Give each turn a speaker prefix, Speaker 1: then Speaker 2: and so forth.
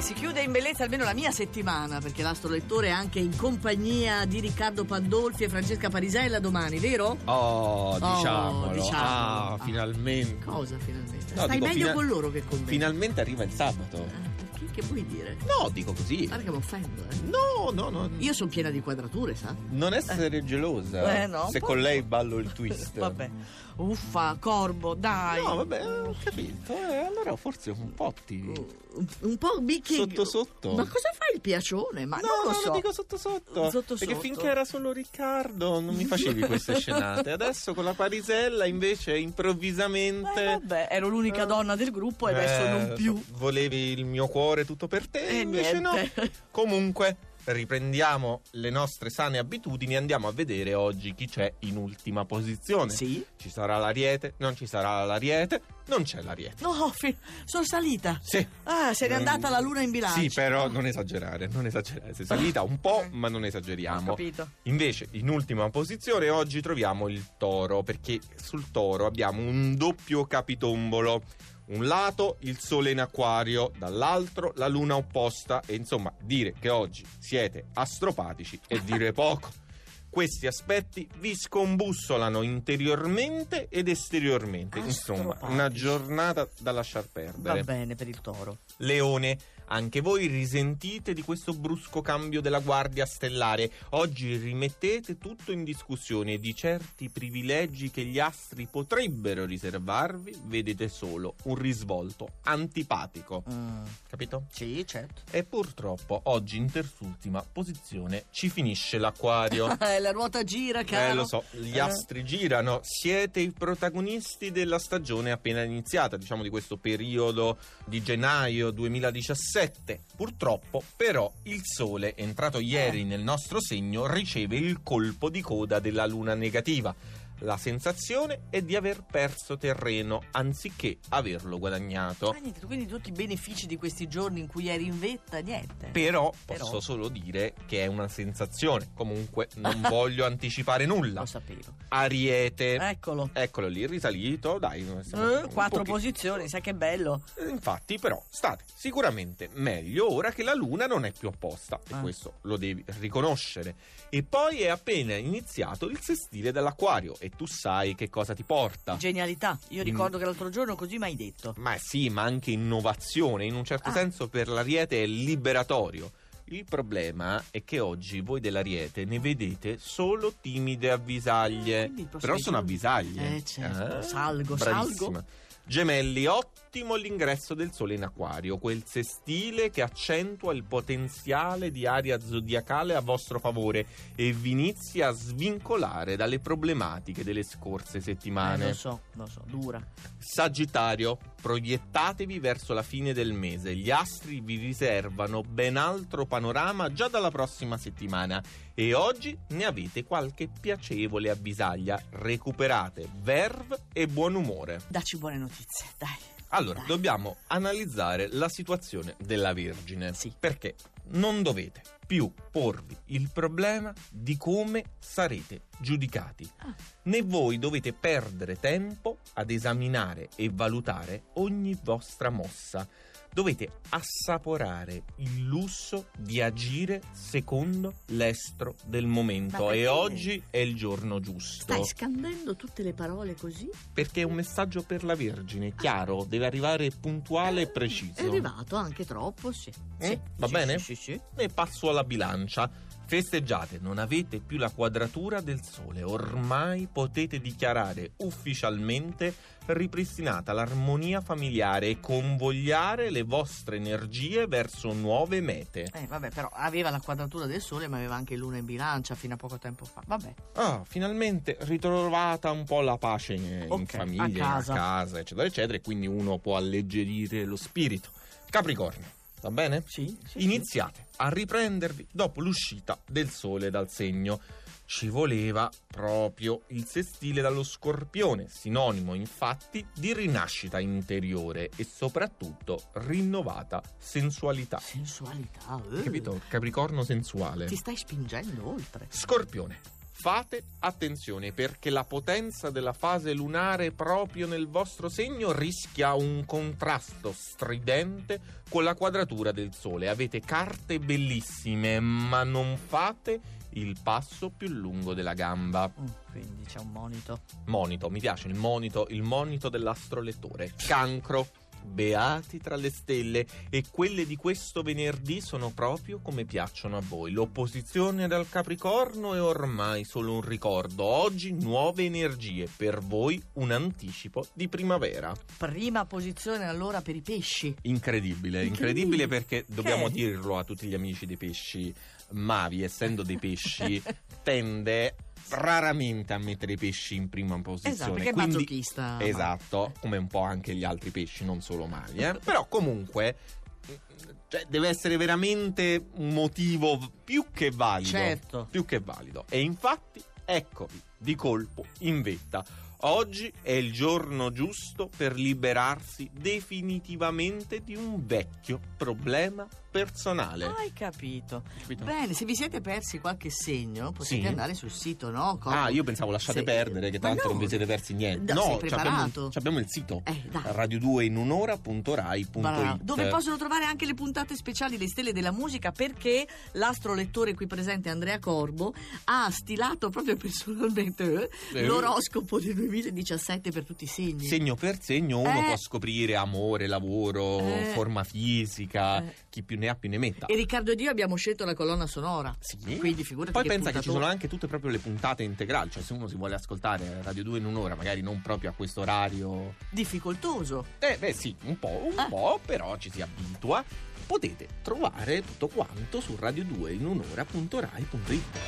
Speaker 1: si chiude in bellezza almeno la mia settimana, perché l'astrolettore è anche in compagnia di Riccardo Pandolfi e Francesca Parisella domani, vero?
Speaker 2: Oh, diciamolo.
Speaker 1: diciamolo.
Speaker 2: Ah,
Speaker 1: Ah.
Speaker 2: finalmente.
Speaker 1: Cosa finalmente?
Speaker 2: No,
Speaker 1: Stai
Speaker 2: dico,
Speaker 1: meglio
Speaker 2: fina-
Speaker 1: con loro che con me.
Speaker 2: Finalmente arriva il sabato.
Speaker 1: Ah, perché? che vuoi dire?
Speaker 2: No, dico così.
Speaker 1: Guarda che mi offendo, eh.
Speaker 2: No, no, no.
Speaker 1: Io sono piena di quadrature, sa?
Speaker 2: Non essere gelosa.
Speaker 1: Eh, no, un
Speaker 2: se
Speaker 1: po'.
Speaker 2: con lei ballo il twist.
Speaker 1: Vabbè. Uffa, corbo, dai.
Speaker 2: No, vabbè, ho capito. Eh, allora forse un po' ti.
Speaker 1: Un- Un po' bicchi.
Speaker 2: Sotto sotto.
Speaker 1: Ma cosa fa il piacione? Ma
Speaker 2: no,
Speaker 1: ah, non lo
Speaker 2: no,
Speaker 1: so.
Speaker 2: lo dico sotto sotto.
Speaker 1: Sotto
Speaker 2: perché
Speaker 1: sotto.
Speaker 2: finché era solo Riccardo non mi facevi queste scenate. Adesso con la Parisella invece improvvisamente.
Speaker 1: Eh, vabbè, ero l'unica donna del gruppo e adesso
Speaker 2: Eh,
Speaker 1: non più.
Speaker 2: Volevi il mio cuore tutto per te,
Speaker 1: Eh,
Speaker 2: invece
Speaker 1: niente.
Speaker 2: no. Comunque, riprendiamo le nostre sane abitudini e andiamo a vedere oggi chi c'è in ultima posizione.
Speaker 1: Sì.
Speaker 2: Ci sarà l'ariete, non ci sarà l'ariete, non c'è l'ariete.
Speaker 1: No, fi- sono salita.
Speaker 2: Sì.
Speaker 1: Ah, se n'è
Speaker 2: Mm.
Speaker 1: andata la luna in bilancio.
Speaker 2: Sì, però non esagerare, non esagerare. Si è salita un po', ma non
Speaker 1: Ho
Speaker 2: esageriamo.
Speaker 1: capito.
Speaker 2: Invece, in ultima posizione, oggi troviamo il toro, perché sul toro abbiamo un doppio capitombolo. Un lato il sole in acquario, dall'altro la luna opposta e insomma dire che oggi siete astropatici è dire poco. Questi aspetti vi scombussolano interiormente ed esteriormente, insomma
Speaker 1: Astropatici.
Speaker 2: una giornata da lasciar perdere.
Speaker 1: Va bene per il toro.
Speaker 2: Leone, anche voi risentite di questo brusco cambio della guardia stellare. Oggi rimettete tutto in discussione e di certi privilegi che gli astri potrebbero riservarvi, vedete solo un risvolto antipatico.
Speaker 1: Mm.
Speaker 2: Capito?
Speaker 1: Sì, certo.
Speaker 2: E purtroppo oggi in terzultima posizione ci finisce l'acquario.
Speaker 1: Eh, la ruota gira, caro.
Speaker 2: Eh, lo so, gli
Speaker 1: Eh.
Speaker 2: astri girano, siete i protagonisti della stagione appena iniziata, diciamo di questo periodo di gennaio 2017. Purtroppo, però, il Sole, entrato
Speaker 1: Eh.
Speaker 2: ieri nel nostro segno, riceve il colpo di coda della Luna negativa. La sensazione è di aver perso terreno anziché averlo guadagnato.
Speaker 1: Ah, niente, quindi tutti i benefici di questi giorni in cui eri in vetta, niente.
Speaker 2: Però
Speaker 1: Però.
Speaker 2: posso solo dire che è una sensazione, comunque non voglio anticipare nulla.
Speaker 1: Lo sapevo.
Speaker 2: Ariete.
Speaker 1: Eccolo.
Speaker 2: Eccolo lì, risalito, dai. siamo
Speaker 1: Eh,
Speaker 2: un
Speaker 1: quattro
Speaker 2: pochino-
Speaker 1: posizioni, sai che bello.
Speaker 2: Eh, Infatti, però, state sicuramente meglio ora che la luna non è più opposta, e
Speaker 1: Ah.
Speaker 2: questo lo devi riconoscere. E poi è appena iniziato il sestile dell'acquario, e tu sai che cosa ti porta.
Speaker 1: Genialità.
Speaker 2: Mm.
Speaker 1: Io ricordo che l'altro giorno così mi hai detto.
Speaker 2: ma sì, ma anche innovazione, in un certo
Speaker 1: Ah.
Speaker 2: senso per l'ariete è liberatorio. Il problema è che oggi voi dell'ariete ne vedete solo timide
Speaker 1: Ah,
Speaker 2: avvisaglie.
Speaker 1: quindi i prossimi
Speaker 2: Però sono
Speaker 1: giorni-
Speaker 2: avvisaglie.
Speaker 1: Eh, certo. Salgo, salgo.
Speaker 2: Gemelli, ottimo l'ingresso del sole in acquario, quel sestile che accentua il potenziale di aria zodiacale a vostro favore e vi inizia a svincolare dalle problematiche delle scorse
Speaker 1: Eh,
Speaker 2: settimane.
Speaker 1: lo so, lo so, dura.
Speaker 2: Sagittario, proiettatevi verso la fine del mese. Gli astri vi riservano ben altro panorama già dalla prossima settimana e oggi ne avete qualche piacevole avvisaglia. Recuperate verve e buon umore.
Speaker 1: Dacci buone notizie, dai.
Speaker 2: Allora,
Speaker 1: Dai.
Speaker 2: dobbiamo analizzare la situazione della Vergine.
Speaker 1: Sì.
Speaker 2: Perché non dovete più porvi il problema di come sarete giudicati.
Speaker 1: Ah.
Speaker 2: Né voi dovete perdere tempo ad esaminare e valutare ogni vostra mossa. Dovete assaporare il lusso di agire secondo l'estro del momento.
Speaker 1: Ma
Speaker 2: E
Speaker 1: perché?
Speaker 2: oggi è il giorno giusto.
Speaker 1: Stai scandendo tutte le parole così?
Speaker 2: Perché è un messaggio per la Vergine, chiaro, deve arrivare puntuale e
Speaker 1: Eh, È
Speaker 2: preciso.
Speaker 1: arrivato anche troppo, sì.
Speaker 2: Eh?
Speaker 1: Sì,
Speaker 2: Va
Speaker 1: sì,
Speaker 2: bene?
Speaker 1: Sì, sì, sì.
Speaker 2: E passo alla bilancia. Festeggiate, non avete più la quadratura del sole, ormai potete dichiarare ufficialmente ripristinata l'armonia familiare e convogliare le vostre energie verso nuove mete.
Speaker 1: Eh, vabbè, però aveva la quadratura del sole, ma aveva anche luna in bilancia fino a poco tempo fa. Vabbè.
Speaker 2: Ah, finalmente ritrovata un po' la pace in, in
Speaker 1: Ok,
Speaker 2: famiglia,
Speaker 1: a
Speaker 2: in
Speaker 1: casa.
Speaker 2: casa, eccetera, eccetera, e quindi uno può alleggerire lo spirito. Capricorno, va bene?
Speaker 1: Sì,
Speaker 2: Iniziate a riprendervi dopo l'uscita del sole dal segno. Ci voleva proprio il sestile dallo scorpione, sinonimo infatti di rinascita interiore e soprattutto rinnovata sensualità.
Speaker 1: Sensualità, eh.
Speaker 2: Capito? Capricorno sensuale.
Speaker 1: Ti stai spingendo oltre.
Speaker 2: Scorpione. Fate attenzione perché la potenza della fase lunare proprio nel vostro segno rischia un contrasto stridente con la quadratura del Sole. Avete carte bellissime, ma non fate il passo più lungo della gamba.
Speaker 3: Mm, Quindi c'è un monito.
Speaker 2: Monito, mi piace il monito, il monito dell'astrolettore. Cancro. Beati tra le stelle e quelle di questo venerdì sono proprio come piacciono a voi. L'opposizione dal Capricorno è ormai solo un ricordo. Oggi nuove energie, per voi un anticipo di primavera.
Speaker 1: Prima posizione allora per i pesci.
Speaker 2: Incredibile, incredibile
Speaker 1: Incredibile.
Speaker 2: perché dobbiamo
Speaker 1: Che?
Speaker 2: dirlo a tutti gli amici dei pesci mavi, essendo dei pesci, tende raramente a mettere i pesci in prima posizione.
Speaker 1: Esatto, perché è
Speaker 2: Quindi-
Speaker 1: masochista.
Speaker 2: Esatto, come un po' anche gli altri pesci, non solo mali. eh. Però comunque cioè, deve essere veramente un motivo più che valido.
Speaker 1: Certo.
Speaker 2: Più che valido. E infatti, eccovi, di colpo, in vetta. Oggi è il giorno giusto per liberarsi definitivamente di un vecchio problema personale.
Speaker 1: Ah,
Speaker 3: Hai capito.
Speaker 2: Capito?
Speaker 1: Mm. Bene, se vi siete persi qualche segno, potete
Speaker 2: Sì.
Speaker 1: andare sul sito, no? Con-
Speaker 2: Ah, io pensavo lasciate
Speaker 1: Se-
Speaker 2: perdere, che
Speaker 1: Ma
Speaker 2: tanto
Speaker 1: no.
Speaker 2: non vi siete persi niente.
Speaker 1: Da- sei
Speaker 2: ci abbiamo,
Speaker 1: preparato?
Speaker 2: ci abbiamo il sito
Speaker 1: Eh, dai. Bravo.
Speaker 2: radiodueinunora.rai.it
Speaker 1: Dove possono trovare anche le puntate speciali Le Stelle della Musica perché l'astrolettore qui presente Andrea Corbo ha stilato proprio personalmente eh,
Speaker 2: Eh.
Speaker 1: l'oroscopo del 2017 per tutti i segni.
Speaker 2: segno per segno uno
Speaker 1: Eh.
Speaker 2: può scoprire amore, lavoro,
Speaker 1: Eh.
Speaker 2: forma fisica,
Speaker 1: Eh.
Speaker 2: chi più ne ha più ne metta.
Speaker 1: E Riccardo ed io abbiamo scelto la colonna sonora.
Speaker 2: Sì.
Speaker 1: Quindi figurati
Speaker 2: Poi
Speaker 1: che
Speaker 2: pensa che ci
Speaker 1: puntatone.
Speaker 2: sono anche tutte proprio le puntate integrali, cioè se uno si vuole ascoltare Radio 2 in un'ora, magari non proprio a questo orario.
Speaker 1: difficoltoso.
Speaker 2: Eh beh sì, un po', un
Speaker 1: Ah.
Speaker 2: po', però ci si abitua. Potete trovare tutto quanto su radio2inunora.rai.it.